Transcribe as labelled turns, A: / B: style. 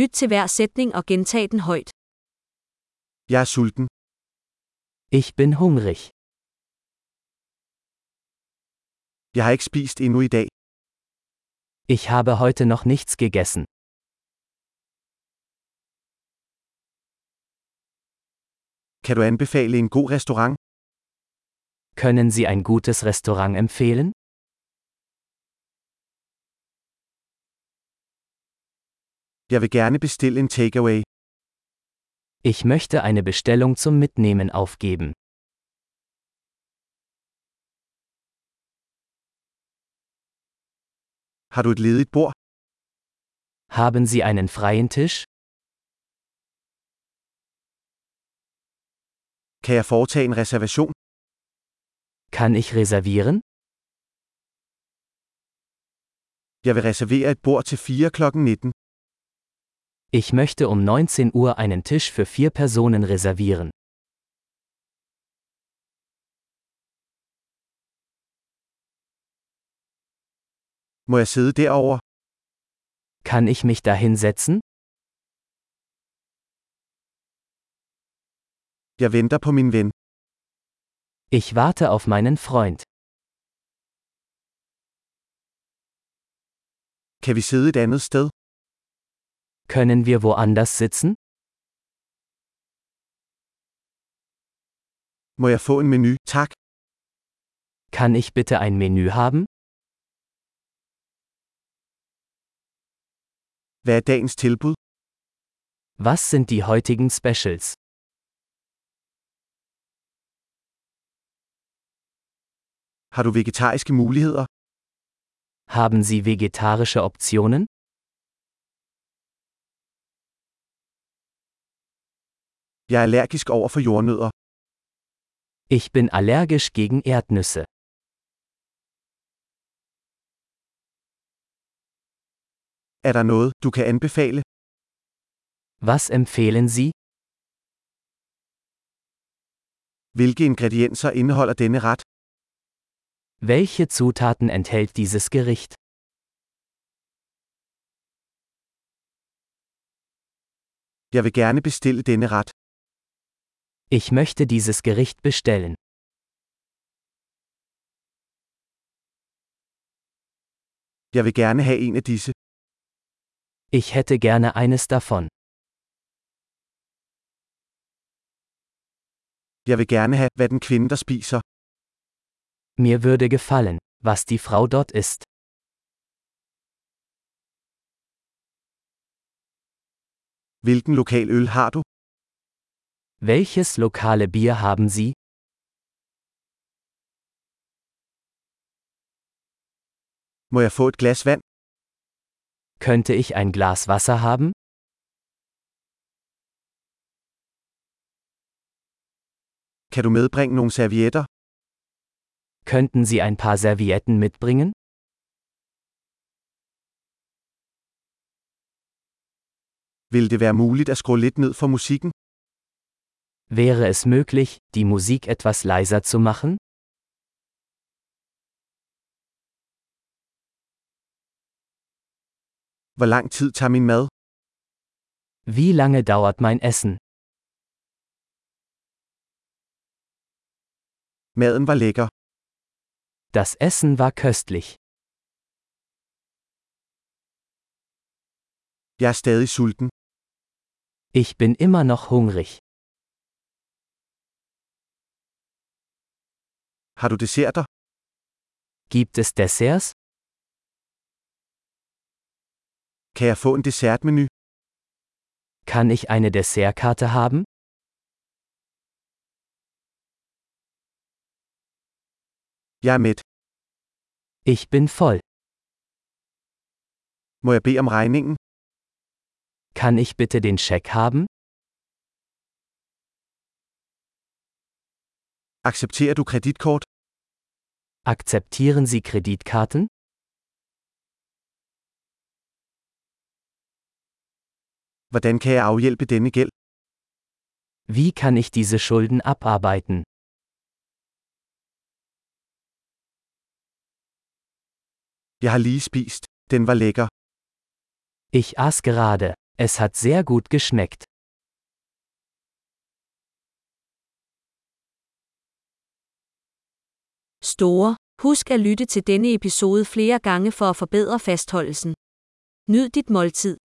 A: Lyt til hver sætning og gentag den højt.
B: Jeg er sulten.
C: Ich bin hungrig.
B: Jeg har ikke spist endnu i dag.
C: Ich habe heute noch nichts gegessen.
B: Kan du anbefale en god restaurant?
C: Können Sie ein gutes Restaurant empfehlen?
B: Jeg vil gerne bestille en takeaway.
C: Ich möchte eine Bestellung zum Mitnehmen aufgeben.
B: Har du et ledigt bord?
C: Haben Sie einen freien Tisch?
B: Kan jeg foretage en reservation?
C: Kann ich reservieren?
B: Jeg vil reservere et bord til 4 kl. 19.
C: Ich möchte um 19 Uhr einen Tisch für vier Personen reservieren.
B: Må jeg sidde derovre?
C: Kann ich mich da hinsetzen?
B: Jeg venter på min ven.
C: Ich warte auf meinen Freund.
B: Kan vi sidde et andet sted?
C: Können wir woanders sitzen?
B: Må jeg få en menu? Tak.
C: Kann ich bitte ein Menü haben?
B: Hvad er dagens tilbud?
C: Was sind die heutigen Specials?
B: Har du vegetariske muligheder?
C: Haben Sie vegetarische Optionen?
B: Jeg er allergisk over for jordnødder.
C: Ich bin allergisch gegen Erdnüsse.
B: Er der noget, du kan anbefale?
C: Was empfehlen Sie?
B: Hvilke ingredienser indeholder denne ret?
C: Welche Zutaten enthält dieses Gericht?
B: Jeg vil gerne bestille denne ret.
C: Ich möchte dieses Gericht bestellen.
B: Jeg vil gerne have en af disse.
C: Ich hätte gerne eines davon.
B: Jeg vil gerne have, hvad den kvinde der spiser.
C: Mir würde gefallen, was die Frau dort isst.
B: Hvilken lokal øl har du?
C: Welches lokale Bier haben Sie?
B: Må jeg få et glas vand?
C: Könnte ich ein Glas Wasser haben?
B: Kan du medbringe nogle servietter?
C: Könnten Sie ein paar Servietten mitbringen?
B: Vil det være muligt at skrue lidt ned for musikken?
C: Wäre es möglich, die Musik etwas leiser zu machen?
B: Hvor lang tid tager min mad?
C: Wie lange dauert mein Essen?
B: Maden var lækker.
C: Das Essen war köstlich.
B: Jeg er stadig sulten.
C: Ich bin immer noch hungrig.
B: Har du desserter?
C: Gibt es Desserts?
B: Kan jeg få en dessertmenu?
C: Kann ich eine Dessertkarte haben?
B: Jeg er mæt.
C: Ich bin voll.
B: Må jeg bede om regningen?
C: Kann ich bitte den Scheck haben?
B: Accepterer du kreditkort?
C: Akzeptieren Sie Kreditkarten?
B: Hvordan kan jeg afhjælpe denne gæld?
C: Wie kann ich diese Schulden abarbeiten?
B: Jeg har lige spist. Den var lækker.
C: Ich aß gerade. Es hat sehr gut geschmeckt.
A: Store. Husk at lytte til denne episode flere gange for at forbedre fastholdelsen. Nyd dit måltid.